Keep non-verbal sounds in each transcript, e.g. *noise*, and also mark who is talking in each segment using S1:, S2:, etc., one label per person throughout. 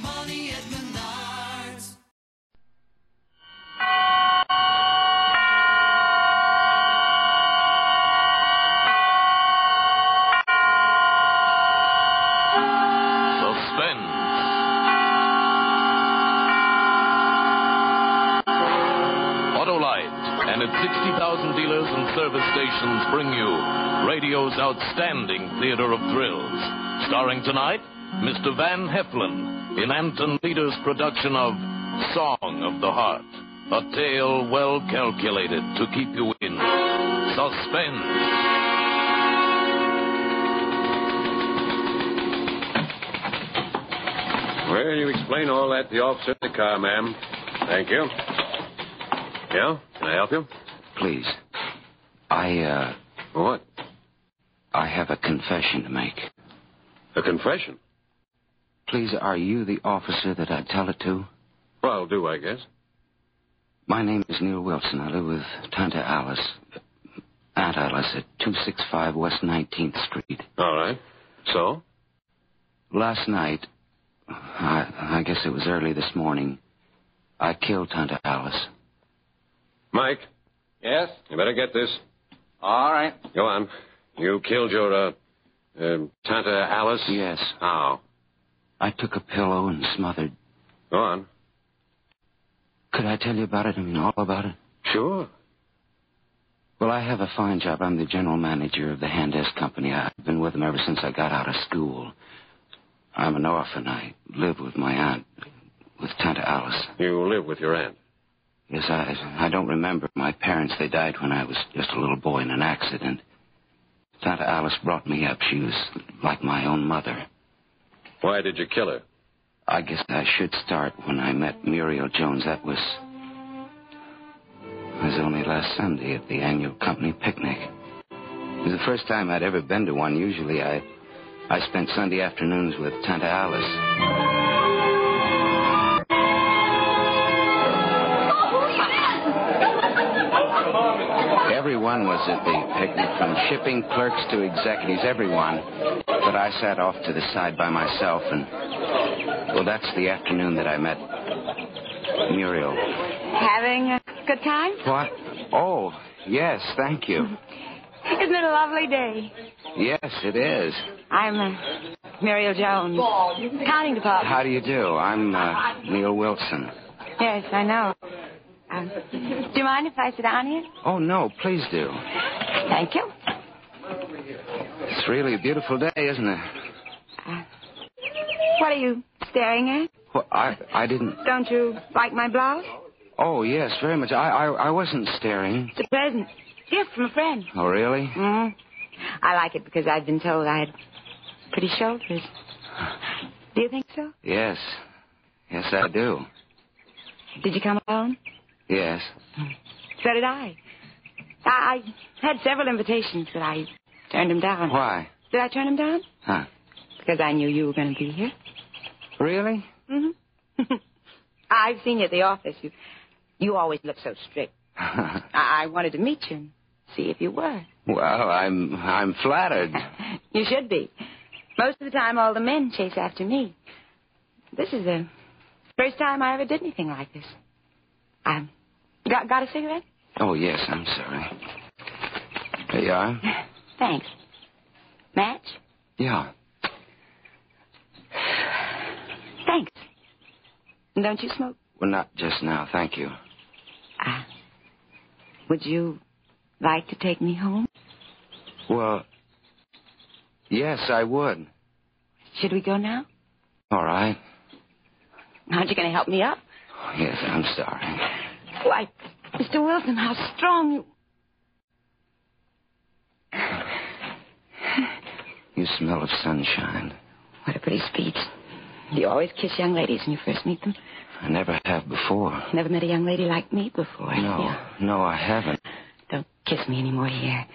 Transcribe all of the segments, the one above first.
S1: money at Menards.
S2: Suspense. Autolite and its 60,000 dealers and service stations bring you radio's outstanding theater of thrills. Starring tonight, Mr. Van Heflin in Anton Leder's production of Song of the Heart, a tale well calculated to keep you in suspense.
S3: Well, you explain all that to the officer in the car, ma'am. Thank you. Yeah? Can I help you?
S4: Please. I, uh,
S3: What?
S4: I have a confession to make.
S3: A confession?
S4: Please, are you the officer that I tell it to?
S3: Well, I'll do, I guess.
S4: My name is Neil Wilson. I live with Tanta Alice, Aunt Alice, at 265 West 19th Street.
S3: All right. So?
S4: Last night, I, I guess it was early this morning, I killed Tanta Alice.
S3: Mike,
S5: Yes?
S3: you better get this.
S5: All right.
S3: Go on. You killed your, uh, uh Tanta Alice?
S4: Yes.
S3: How?
S4: I took a pillow and smothered.
S3: Go on.
S4: Could I tell you about it? I mean, all about it?
S3: Sure.
S4: Well, I have a fine job. I'm the general manager of the Handes Company. I've been with them ever since I got out of school. I'm an orphan. I live with my aunt, with Tanta Alice.
S3: You live with your aunt.
S4: Yes, I, I don't remember my parents. They died when I was just a little boy in an accident. Tanta Alice brought me up. She was like my own mother.
S3: Why did you kill her?
S4: I guess I should start when I met Muriel Jones. That was. was only last Sunday at the annual company picnic. It was the first time I'd ever been to one. Usually I. I spent Sunday afternoons with Tanta Alice. Everyone was at the picnic, from shipping clerks to executives, everyone. But I sat off to the side by myself, and. Well, that's the afternoon that I met Muriel.
S6: Having a good time?
S4: What? Oh, yes, thank you.
S6: Isn't it a lovely day?
S4: Yes, it is.
S6: I'm uh, Muriel Jones. Accounting department.
S4: How do you do? I'm uh, Neil Wilson.
S6: Yes, I know. Um, do you mind if I sit down here?
S4: Oh, no, please do.
S6: Thank you.
S4: It's really a beautiful day, isn't it?
S6: What are you staring
S4: Well, I, I didn't.
S6: at? Don't you like my blouse?
S4: Oh, yes, very much. I, I, I wasn't staring.
S6: It's a present. Gift from a friend.
S4: Oh, really?
S6: hmm I like it because I've been told I had pretty shoulders. Do you think so?
S4: Yes. Yes, I do.
S6: Did you come alone?
S4: Yes.
S6: So did I. I, I had several invitations, but I turned them down.
S4: Why?
S6: Did I turn them down?
S4: Huh?
S6: Because I knew you were going to be here.
S4: Really? *laughs*
S6: Mm-hmm. *laughs* I've seen you at the office. You, you always look so strict. I, I wanted to meet you and see if you were.
S4: well, I'm, I'm flattered.
S6: You should be. Most of the time, all the men chase after me. This is the first time I ever did anything like this. I got, got a cigarette?
S4: Oh, yes, I'm sorry. There you are.
S6: Thanks. Match?
S4: Yeah.
S6: Thanks. And Don't you smoke?
S4: Well, not just now, thank you.
S6: Uh, would you like to take me home?
S4: Well, yes, I would.
S6: Should we go now?
S4: All right.
S6: Aren't you going to help me up?
S4: Yes, I'm sorry.
S6: Why, Mr. Wilson, how strong you.
S4: You smell of sunshine.
S6: What a pretty speech. Do you always kiss young ladies when you first meet them?
S4: I never have before.
S7: Never met a young lady like me before.
S4: No,
S7: Yeah.
S4: no, I haven't.
S7: Don't kiss me anymore here.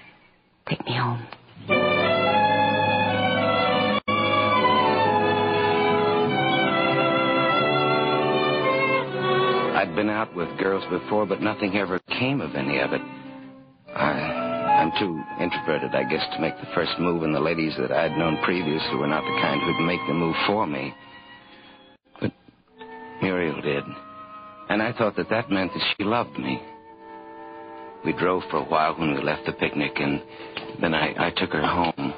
S7: Take me home.
S4: I'd been out with girls before, but nothing ever came of any of it. I, I'm too introverted, I guess, to make the first move, and the ladies that I'd known previously were not the kind who'd make the move for me. But Muriel did, and I thought that that meant that she loved me. We drove for a while when we left the picnic, and then I, I took her home.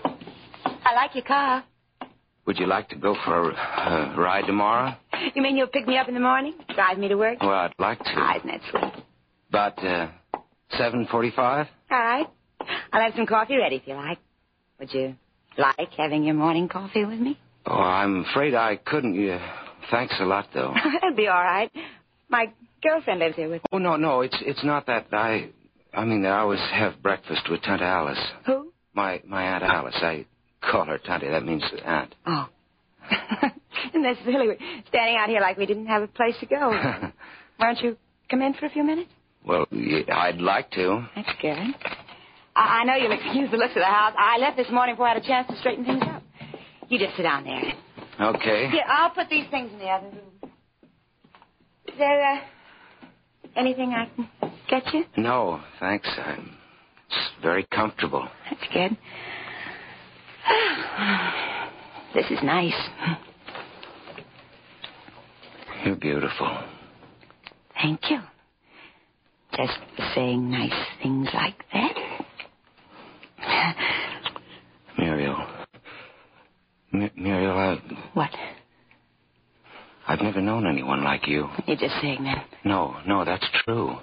S7: I like your car.
S4: Would you like to go for a, a ride tomorrow?
S7: You mean you'll pick me up in the morning? Drive me to work?
S4: Well, I'd like to.
S7: Ah, isn't that sweet?
S4: About uh, 7.45?
S7: All right. I'll have some coffee ready if you like. Would you like having your morning coffee with me? *laughs*
S4: Oh, I'm afraid I couldn't. Yeah. Thanks a lot, though.
S7: That'll be all right. My girlfriend lives here with
S4: *laughs* oh, no, no, it's it's not that. I I mean, I always have breakfast with Tante Alice.
S7: who?
S4: My my Aunt Alice. I call her Tante. That means aunt.
S7: Oh. *laughs* and that's really weird. standing out here like we didn't have a place to *laughs* go. Why don't you come in for a few minutes?
S4: well, y- I'd like to.
S7: That's good. I, I know you'll excuse the looks of the house. I left this morning before I had a chance to straighten things up. You just sit down there.
S4: Okay.
S7: Here, I'll put these things in the other room. Is there uh, anything I can get you?
S4: No, thanks. I'm it's very comfortable.
S7: That's good. *sighs* this is nice.
S4: You're beautiful.
S7: Thank you. Just for saying nice things like that.
S4: Muriel. M- Muriel, I,
S7: What?
S4: I've never known anyone like you.
S7: You're just saying that.
S4: No, no, that's true.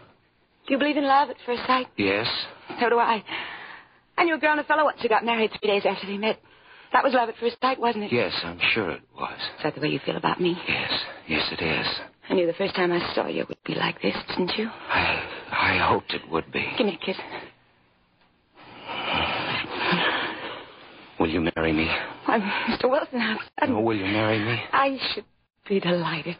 S7: Do you believe in love at first sight?
S4: Yes?
S7: So do I. I knew a grown fellow once who got married three days after they met. That was love at first sight, wasn't it?
S4: Yes, I'm sure it was.
S7: Is that the way you feel about me?
S4: Yes, yes, it is.
S7: I knew the first time I saw you it would be like this, didn't you?
S4: I, I hoped it would be.
S7: Give me a kiss.
S4: Will you marry me?
S7: Why, Mr. Wilson, I'm sudden.
S4: Oh, will you marry me?
S7: I should be delighted.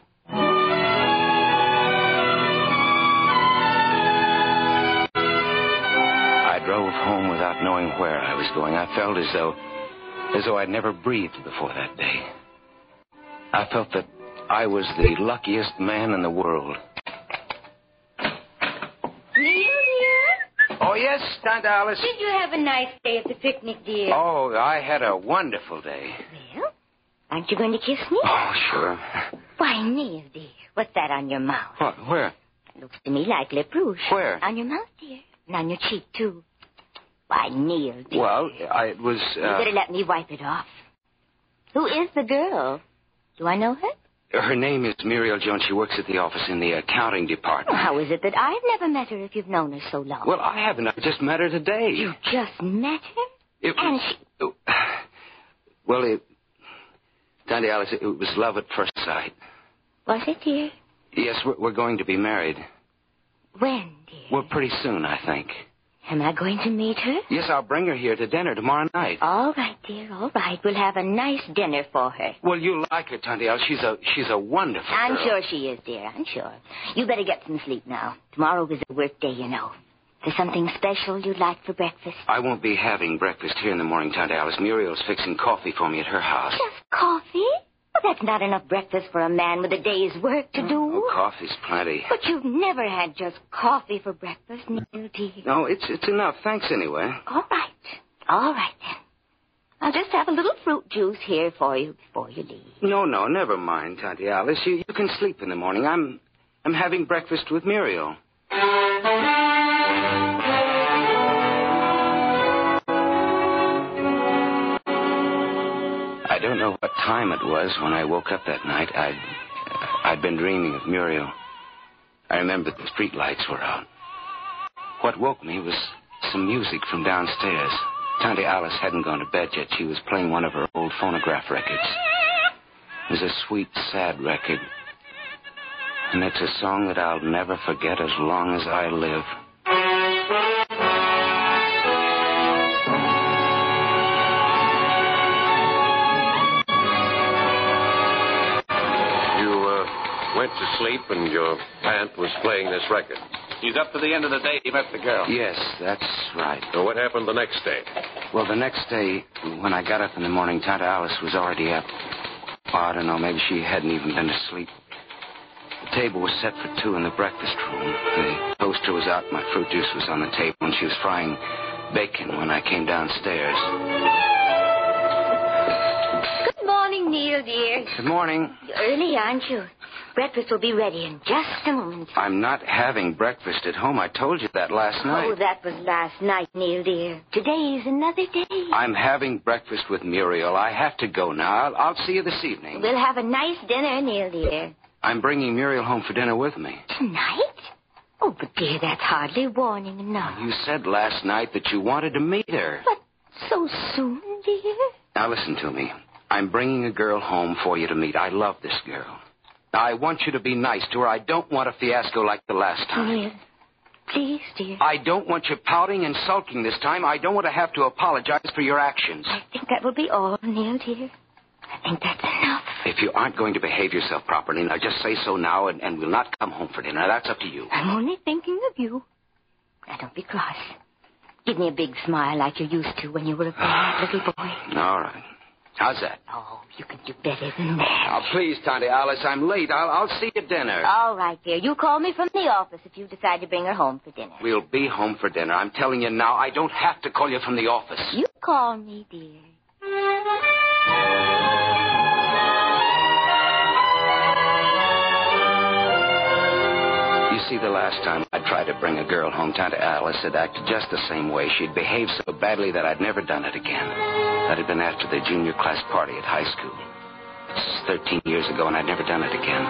S4: I drove home without knowing where I was going. I felt as though, as though I'd never breathed before that day. I felt that I was the luckiest man in the world.
S6: Neil, dear,
S4: Oh yes, Aunt Alice.
S6: did you have a nice day at the picnic, dear?
S4: Oh, I had a wonderful day.
S6: Well, aren't you going to kiss me?
S4: Oh sure.
S6: Why, Neil, dear, what's that on your mouth?
S4: What? Where?
S6: Looks to me like lip rouge.
S4: Where?
S6: On your mouth, dear, and on your cheek too. Why, Neil, dear,
S4: Well, I, it was.
S6: you better
S4: Uh,
S6: let me wipe it off. Who is the girl? Do I know her?
S4: her name is Muriel Jones. She works at the office in the accounting
S6: Oh,
S4: department.
S6: how is it that I've never met her if you've known her so long?
S4: Well, I haven't. I just met her today.
S6: you just met her?
S4: It *sighs* was. oh, Well, it. Dante Alice, it was love at first sight.
S6: Was it, dear?
S4: Yes, we're, we're going to be married.
S6: When, dear?
S4: Well, pretty soon, I think.
S6: Am I going to meet her?
S4: Yes, I'll bring her here to dinner tomorrow night.
S6: All right, dear, all right. We'll have a nice dinner for her.
S4: Well, you like her, Dante Alice. She's a she's a wonderful.
S6: I'm
S4: girl.
S6: sure she is, dear. I'm sure. You better get some sleep now. Tomorrow is a work day, you know. There's something special you'd like for breakfast.
S4: I won't be having breakfast here in the morning, Tante Alice. Muriel's fixing coffee for me at her house.
S6: Just coffee? Well, that's not enough breakfast for a man with a day's work to do.
S4: Oh, coffee's plenty.
S6: But you've never had just coffee for breakfast, Neil, dear.
S4: No, it's it's enough. Thanks anyway.
S6: All right. All right, then. I'll just have a little fruit juice here for you before you leave.
S4: No, no, never mind, Tante Alice. You you can sleep in the morning. I'm I'm having breakfast with Muriel. I don't know what time it was when I woke up that night. I'd I'd been dreaming of Muriel. I remembered the street lights were out. What woke me was some music from downstairs. Tante Alice hadn't gone to bed yet. She was playing one of her old phonograph records. It was a sweet, sad record. And it's a song that I'll never forget as long as I live.
S2: You uh, went to sleep and your aunt was playing this record.
S5: He's up to the end of the day he met the girl.
S4: Yes, that's right.
S2: So what happened the next day?
S4: Well, the next day, when I got up in the morning, Tante Alice was already up. Oh, I don't know, maybe she hadn't even been to sleep. The table was set for two in the breakfast room. The toaster was out, my fruit juice was on the table, and she was frying bacon when I came downstairs.
S6: Good morning, Neil, dear.
S4: Good morning.
S6: You're early, aren't you? Breakfast will be ready in just a moment.
S4: I'm not having breakfast at home. I told you that last
S6: Oh,
S4: night.
S6: that was last night, Neil, dear. Today's another day.
S4: I'm having breakfast with Muriel. I have to go now. I'll, I'll see you this evening.
S6: We'll have a nice dinner, Neil, dear.
S4: I'm bringing Muriel home for dinner with me.
S6: Tonight? Oh, but dear, that's hardly warning enough.
S4: You said last night that you wanted to meet her.
S6: But so soon, dear?
S4: Now listen to me. I'm bringing a girl home for you to meet. I love this girl. Now, I want you to be nice to her. I don't want a fiasco like the last time.
S6: Neil, Oh, please, dear.
S4: I don't want you pouting and sulking this time. I don't want to have to apologize for your actions.
S6: I think that will be all, Neil, dear. I think that's enough.
S4: If you aren't going to behave yourself properly, now just say so now, and, and we'll not come home for dinner. That's up to you.
S6: I'm only thinking of you. Now, don't be cross. Give me a big smile like you used to when you were a bad little boy.
S4: All right. How's that?
S6: Oh, you could do better than that.
S4: Now, please, Tante Alice, I'm late. I'll, I'll see you at dinner.
S6: All right, dear. You call me from the office if you decide to bring her home for dinner.
S4: We'll be home for dinner. I'm telling you now, I don't have to call you from the office.
S6: You call me, dear.
S4: You see, the last time I tried to bring a girl home, Tante Alice had acted just the same way. She'd behaved so badly that I'd never done it again. That had been after the junior class party at high school. This is 13 years ago, and I'd never done it again.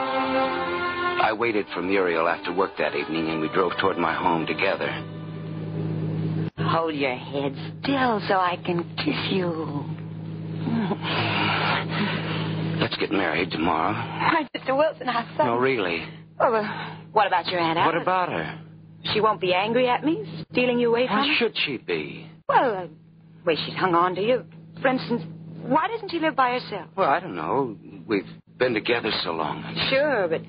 S4: I waited for Muriel after work that evening, and we drove toward my home together.
S7: Hold your head still so I can kiss you.
S4: Let's get married tomorrow.
S7: Why, Mr. Wilson, I thought.
S4: No, really.
S7: Well, well, what about your Aunt
S4: What
S7: Alice?
S4: about her?
S7: She won't be angry at me stealing you away from
S4: Why
S7: her?
S4: should she be?
S7: Well, uh, way she's hung on to you. For instance, why doesn't she live by herself?
S4: Well, I don't know. We've been together so long.
S7: Sure, but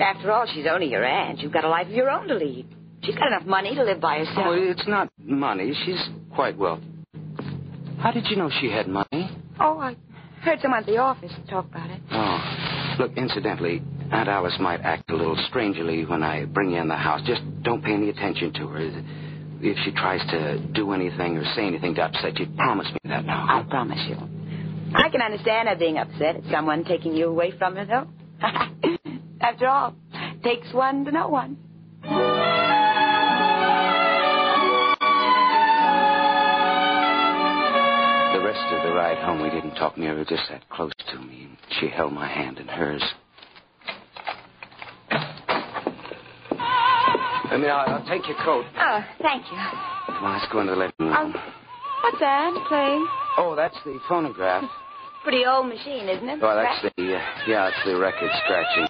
S7: after all, she's only your aunt. You've got a life of your own to lead. She's got enough money to live by herself.
S4: Oh, it's not money. She's quite wealthy. How did you know she had money?
S7: Oh, I heard someone at the office talk about it.
S4: Oh. Look, incidentally, Aunt Alice might act a little strangely when I bring you in the house. Just don't pay any attention to her. If she tries to do anything or say anything to upset you, promise me that now.
S7: I promise you. I can understand her being upset at someone taking you away from her, though. *laughs* After all, takes one to know one.
S4: The rest of the ride home, we didn't talk near her, just that close to me. She held my hand in hers. I mean, I'll, I'll take your coat.
S7: Oh, thank you.
S4: Come on, let's go into the living room.
S7: What's that playing?
S4: Oh, that's the phonograph.
S7: Pretty old machine, isn't it?
S4: Oh, that's the, uh, yeah, it's the record scratching.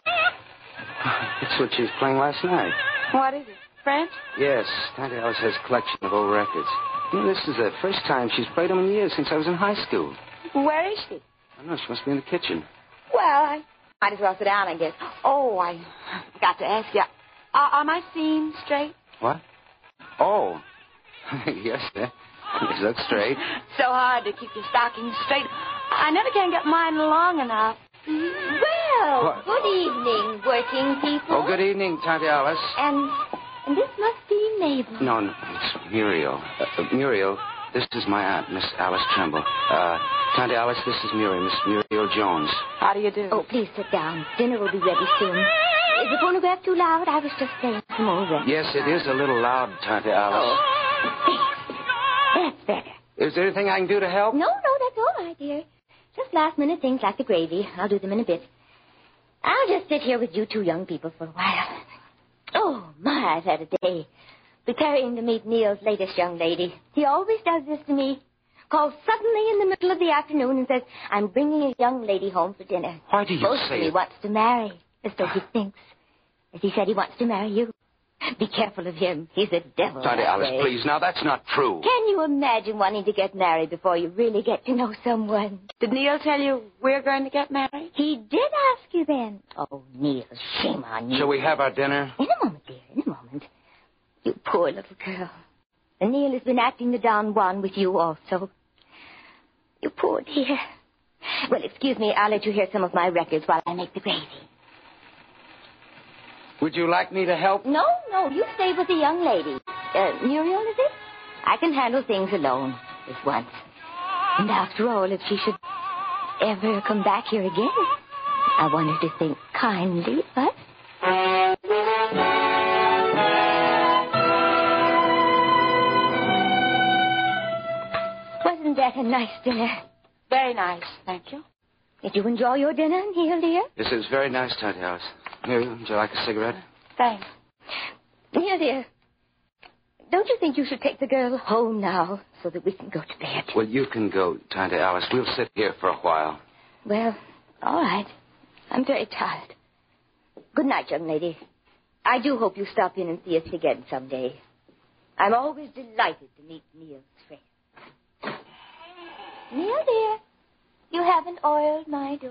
S4: It's what she was playing last night.
S7: What is it? French?
S4: Yes, Tante Alice has a collection of old records. You know, this is the first time she's played them in years since I was in high school.
S7: Where is she?
S4: I don't know, she must be in the kitchen.
S7: Well, I might as well sit down, I guess. Oh, I got to ask you. Are, are my seams straight?
S4: What? Oh. *laughs* yes, sir. It looks straight.
S7: So hard to keep your stockings straight. I never can get mine long enough.
S6: Well,
S4: What?
S6: good evening, working people.
S4: Oh, good evening, Tante Alice.
S6: And, and this must be Mabel.
S4: No, no, it's Muriel. Uh, uh, Muriel, this is my aunt, Miss Alice Tremble. Uh, Tante Alice, this is Muriel, Miss Muriel Jones.
S7: How do you do?
S6: Oh, please sit down. Dinner will be ready soon. Is the phonograph too loud? I was just playing some old records.
S4: Yes, it is a little loud, Tante Alice.
S6: Oh. That's better.
S4: Is there anything I can do to help?
S6: No, no, that's all right, dear. Just last minute things like the gravy. I'll do them in a bit. I'll just sit here with you two young people for a while. Oh, my, I've had a day. Be carrying to meet Neil's latest young lady. He always does this to me. Calls suddenly in the middle of the afternoon and says, I'm bringing a young lady home for dinner.
S4: Why do you
S6: Supposedly
S4: say Ah.
S6: he wants to marry, as though he thinks. As he said he wants to marry you. Be careful of him. He's a devil.
S4: Tante
S6: that
S4: Alice,
S6: way.
S4: please, now that's not true.
S6: Can you imagine wanting to get married before you really get to know someone?
S7: Did Neil tell you we're going to get married?
S6: He did ask you then. Oh, Neil, shame on you.
S4: Shall we have our dinner?
S6: In a moment, dear, in a moment. You poor little girl. And Neil has been acting the Don Juan with you also. You poor dear. Well, excuse me, I'll let you hear some of my records while I make the gravy.
S4: Would you like me to help?
S6: No, no, you stay with the young lady. Uh, Muriel, is it? I can handle things alone, this once. And after all, if she should ever come back here again, I want her to think kindly of us. Wasn't that a nice dinner?
S7: Very nice, thank you.
S6: Did you enjoy your dinner, Neil, dear?
S4: This is very nice, Tante Alice. Here, would you like a cigarette?
S7: Thanks.
S6: Neil, dear, don't you think you should take the girl home now so that we can go to bed?
S4: Well, you can go, Tante Alice. We'll sit here for a while.
S6: Well, all right. I'm very tired. Good night, young lady. I do hope you stop in and see us again someday. I'm always delighted to meet Neil's friend. Neil, dear, you haven't oiled my door.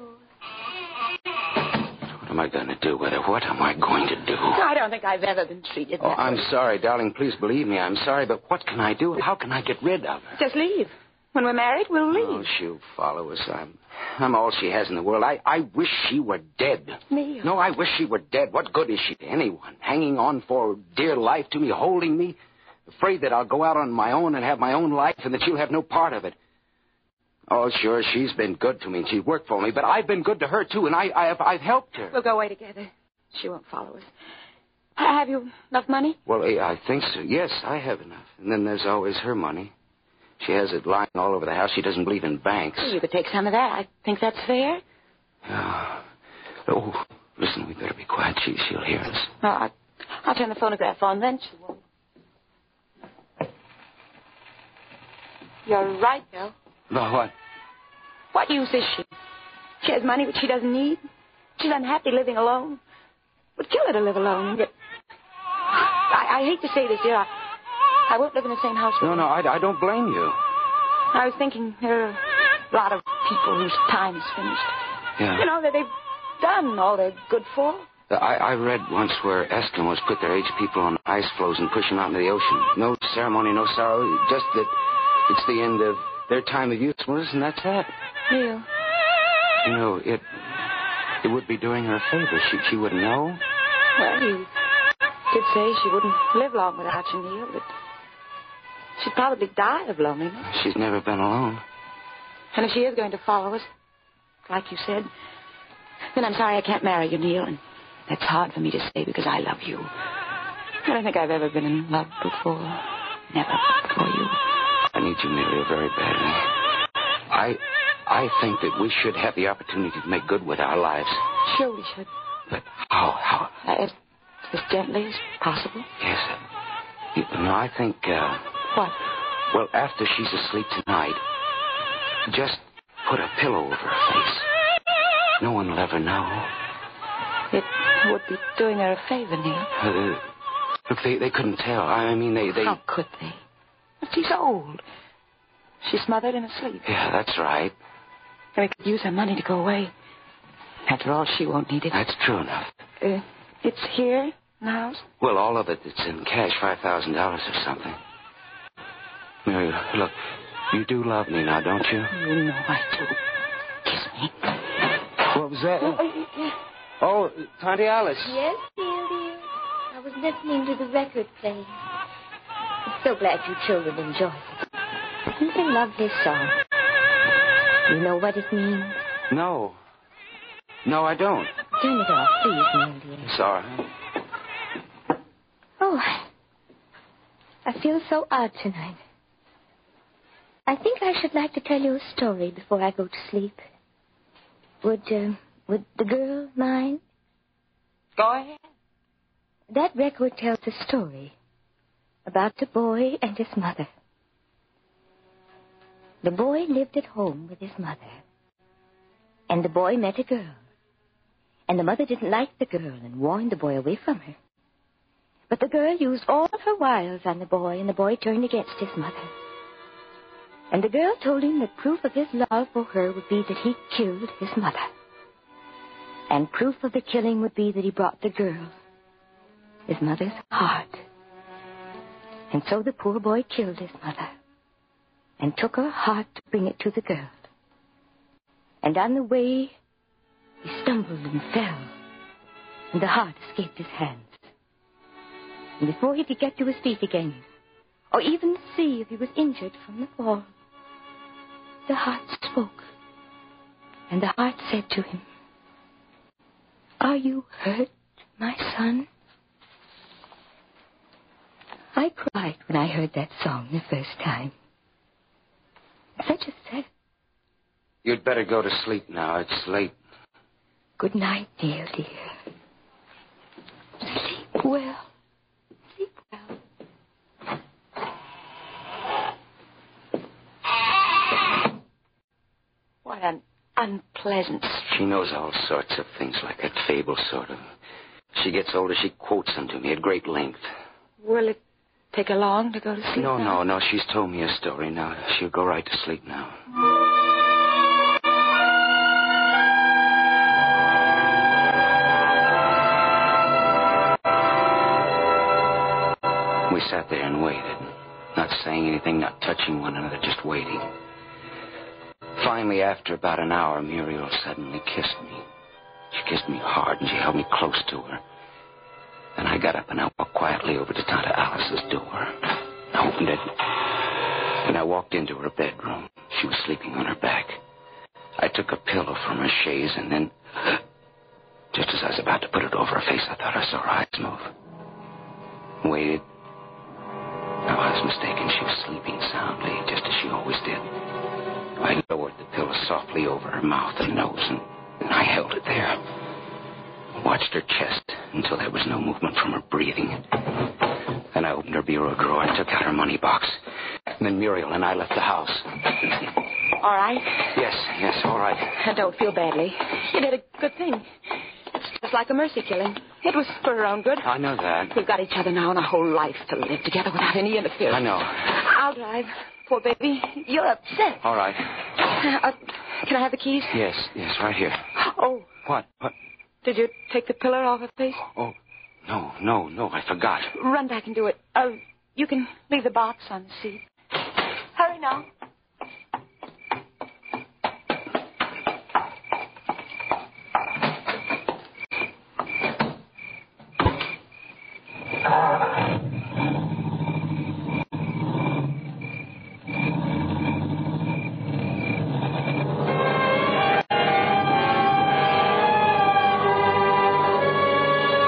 S4: What am I going to do with her? What am I going to do?
S7: I don't think I've ever been treated
S4: Oh,
S7: that
S4: I'm
S7: way.
S4: sorry, darling. Please believe me. I'm sorry, but what can I do? How can I get rid of her?
S7: Just leave. When we're married, we'll
S4: Oh,
S7: leave.
S4: she'll follow us. I'm, I'm all she has in the world. I, I wish she were dead.
S7: Neil.
S4: No, I wish she were dead. What good is she to anyone? Hanging on for dear life to me, holding me, afraid that I'll go out on my own and have my own life and that she'll have no part of it. Oh, sure, she's been good to me and she's worked for me, but I've been good to her too, and I, I have, I've helped her.
S7: We'll go away together. She won't follow us. Ha- Have you enough money?
S4: Well, eh, I think so. Yes, I have enough. And then there's always her money. She has it lying all over the house. She doesn't believe in banks.
S7: You could take some of that. I think that's fair.
S4: Yeah. Ah. Oh, listen, we better be quiet. She, she'll hear us.
S7: No, I, I'll turn the phonograph on, then she won't. You're right, though.
S4: About what?
S7: What use is she? She has money which she doesn't need. She's unhappy living alone. Would kill her to live alone. Yet- I, I hate to say this, dear. I, I won't live in the same house. with
S4: No,
S7: her.
S4: no, I, I don't blame you.
S7: I was thinking there are a lot of people whose time is finished.
S4: Yeah.
S7: You know, that they've done all they're good for.
S4: Uh, I, I read once where Eskimos put their aged people on ice floes and push them out into the ocean. No ceremony, no sorrow, just that it's the end of their time of use. Well, isn't that sad?
S7: Neil.
S4: You know, it it would be doing her a favor. She, she would know.
S7: Well, you did say she wouldn't live long without you, Neil, but she'd probably die of loneliness.
S4: She's never been alone.
S7: And if she is going to follow us, like you said, then I'm sorry I can't marry you, Neil. And that's hard for me to say because I love you. I don't think I've ever been in love before. Never before you.
S4: I need you, Muriel, very badly. I I think that we should have the opportunity to make good with our lives.
S7: Sure we should.
S4: But how? How?
S7: As, as gently as possible.
S4: Yes. You know, I think, uh,
S7: What?
S4: well, after she's asleep tonight, just put a pillow over her face. No one will ever know.
S7: It would be doing her a favor, Neil.
S4: Uh, look, they, they couldn't tell. I mean, they. they...
S7: How could they? But she's old. She's smothered in her sleep.
S4: Yeah, that's right.
S7: And we could use her money to go away. After all, she won't need it.
S4: That's true enough.
S7: Uh, it's here in the house.
S4: Well, all of it that's in cash, $5,000 or something. Mary, look, you do love me now, don't you?
S7: You know I do. Kiss me.
S4: What was that? Oh, Tante Alice.
S6: Yes, dear, dear. I was listening to the record playing. I'm so glad you children enjoyed it. It's a lovely song. You know what it means?
S4: No. No, I don't.
S6: Turn it off, please, Neil, dear.
S4: Sorry.
S6: Oh, I feel so odd tonight. I think I should like to tell you a story before I go to sleep. Would, uh, would the girl mind?
S7: Go ahead.
S6: That record tells a story about the boy and his mother. The boy lived at home with his mother, and the boy met a girl. And the mother didn't like the girl and warned the boy away from her. But the girl used all of her wiles on the boy, and the boy turned against his mother. And the girl told him that proof of his love for her would be that he killed his mother. And proof of the killing would be that he brought the girl, his mother's heart. And so the poor boy killed his mother and took her heart to bring it to the girl. And on the way, he stumbled and fell, and the heart escaped his hands. And before he could get to his feet again, or even see if he was injured from the fall, the heart spoke. And the heart said to him, Are you hurt, my son? I cried when I heard that song the first time. Such a sad
S4: You'd better go to sleep now. It's late.
S6: Good night, dear, dear. Sleep well. Sleep well.
S7: What an unpleasant.
S4: She knows all sorts of things like that fable sort of. She gets older, she quotes them to me at great length.
S7: Will it take her long to go to sleep?
S4: No,
S7: now?
S4: no, no. She's told me her story now. She'll go right to sleep now. We sat there and waited, not saying anything, not touching one another, just waiting. Finally, after about an hour, Muriel suddenly kissed me. She kissed me hard and she held me close to her. Then I got up and I walked quietly over to Tante Alice's door. I opened it, and I walked into her bedroom. She was sleeping on her back. I took a pillow from her chaise, and then, just as I was about to put it over her face, I thought I saw her eyes move. Waited. No, I was mistaken. She was sleeping soundly, just as she always did. I lowered the pillow softly over her mouth and nose, and, and I held it there watched her chest until there was no movement from her breathing. Then I opened her bureau drawer and took out her money box. And then Muriel and I left the house.
S7: All right.
S4: Yes, yes, all right.
S7: I don't feel badly. You did a good thing. It's just like a mercy killing. It was for her own good.
S4: I know that.
S7: We've got each other now and a whole life to live together without any interference.
S4: I know.
S7: I'll drive. Poor baby. You're upset.
S4: All right.
S7: Uh, can I have the keys?
S4: Yes, yes, right here.
S7: Oh,
S4: What? What?
S7: did you take the pillar off her face?
S4: Oh, no, no, no, I forgot.
S7: Run back and do it. Uh, you can leave the box on the seat. Hurry now.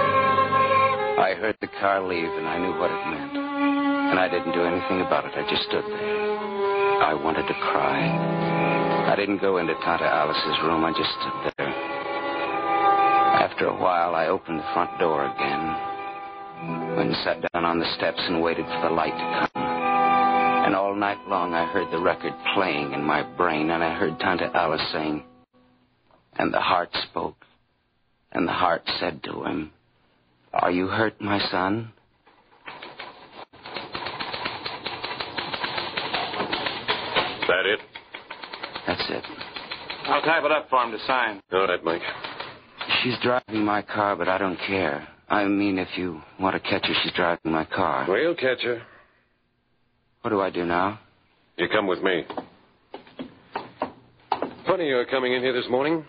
S4: I heard the car leave and I knew what it meant. And I didn't do anything about it. I just stood there. I wanted to cry. I didn't go into Tante Alice's room. I just stood there. After a while, I opened the front door again and sat down on the steps and waited for the light to come. And all night long, I heard the record playing in my brain, and I heard Tante Alice saying, and the heart spoke, and the heart said to him, are you hurt, my son?
S2: That it?
S4: That's it.
S5: I'll type it up for him to sign.
S2: All right, Mike.
S4: She's driving my car, but I don't care. I mean, if you want to catch her, she's driving my car.
S2: We'll catch her.
S4: What do I do now?
S2: You come with me. Funny you're coming in here this morning.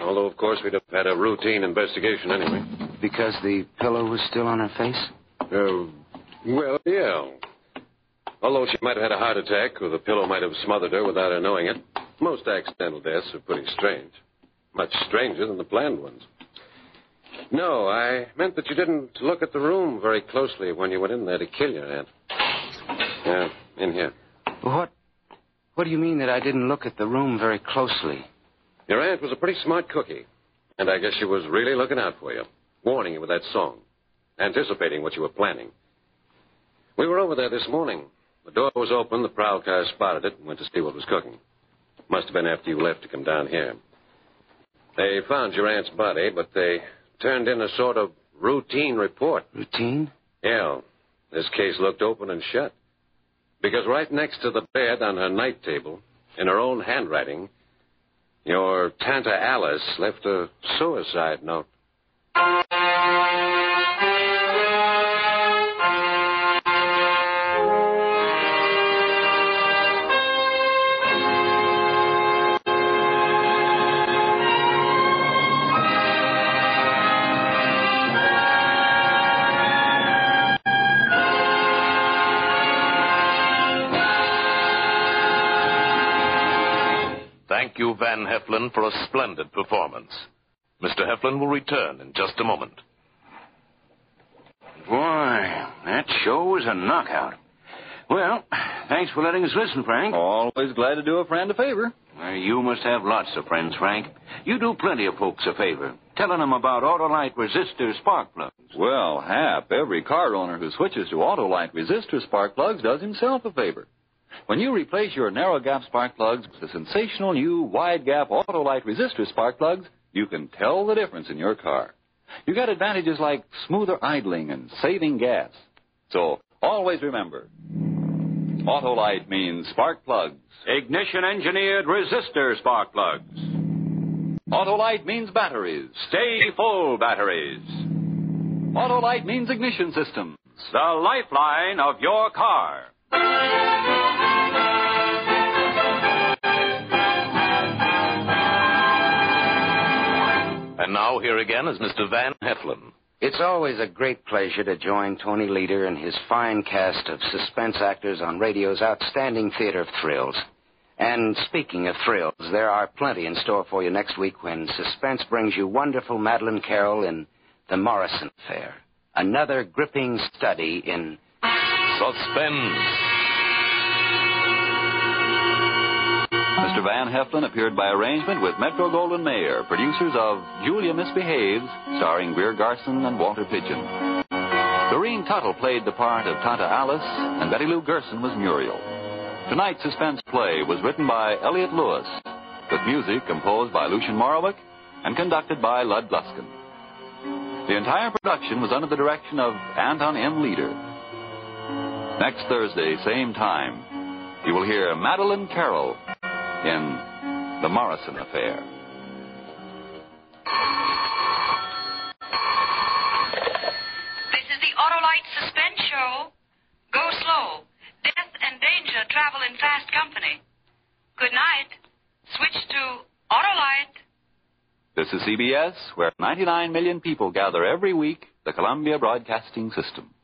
S2: Although, of course, we'd have had a routine investigation anyway.
S4: Because the pillow was still on her face?
S2: Uh, well, yeah. Although she might have had a heart attack, or the pillow might have smothered her without her knowing it. Most accidental deaths are pretty strange. Much stranger than the planned ones. No, I meant that you didn't look at the room very closely when you went in there to kill your aunt. Yeah, in here.
S4: What? What do you mean that I didn't look at the room very closely?
S2: Your aunt was a pretty smart cookie, and I guess she was really looking out for you, warning you with that song, anticipating what you were planning. We were over there this morning. The door was open, the prowl car spotted it and went to see what was cooking. Must have been after you left to come down here. They found your aunt's body, but they turned in a sort of routine report.
S4: Routine?
S2: Yeah, this case looked open and shut. Because right next to the bed on her night table, in her own handwriting, your Tanta Alice left a suicide note.
S8: Thank you, Van Heflin, for a splendid performance. Mr. Heflin will return in just a moment.
S5: Boy, that show was a knockout. Well, thanks for letting us listen, Frank.
S9: Always glad to do a friend a favor.
S5: Well, you must have lots of friends, Frank. You do plenty of folks a favor, telling them about Autolite resistor spark plugs.
S9: Well, Hap, every car owner who switches to Autolite resistor spark plugs does himself a favor. When you replace your narrow gap spark plugs with the sensational new wide gap Autolite resistor spark plugs, you can tell the difference in your car. You get advantages like smoother idling and saving gas. So always remember, Autolite means spark plugs.
S5: Ignition engineered resistor spark plugs.
S9: Autolite means batteries.
S5: Stay full batteries.
S9: Autolite means ignition systems.
S5: The lifeline of your car.
S8: And now, here again is Mr. Van Heflin.
S4: It's always a great pleasure to join Tony Leader and his fine cast of suspense actors on radio's outstanding theater of thrills. And speaking of thrills, there are plenty in store for you next week when suspense brings you wonderful Madeline Carroll in The Morrison Affair, another gripping study in
S8: Suspense.
S9: Mr. Van Heflin appeared by arrangement with Metro Goldwyn Mayer, producers of Julia Misbehaves, starring Greer Garson and Walter Pigeon. Doreen Tuttle played the part of Tanta Alice, and Betty Lou Gerson was Muriel. Tonight's suspense play was written by Elliot Lewis, with music composed by Lucian Morowick and conducted by Lud Bluskin. The entire production was under the direction of Anton M. Leader. Next Thursday, same time, you will hear Madeline Carroll in The Morrison Affair.
S10: This is the Autolite Suspense Show. Go slow. Death and danger travel in fast company. Good night. Switch to Autolite.
S9: This is CBS, where 99 million people gather every week, the Columbia Broadcasting System.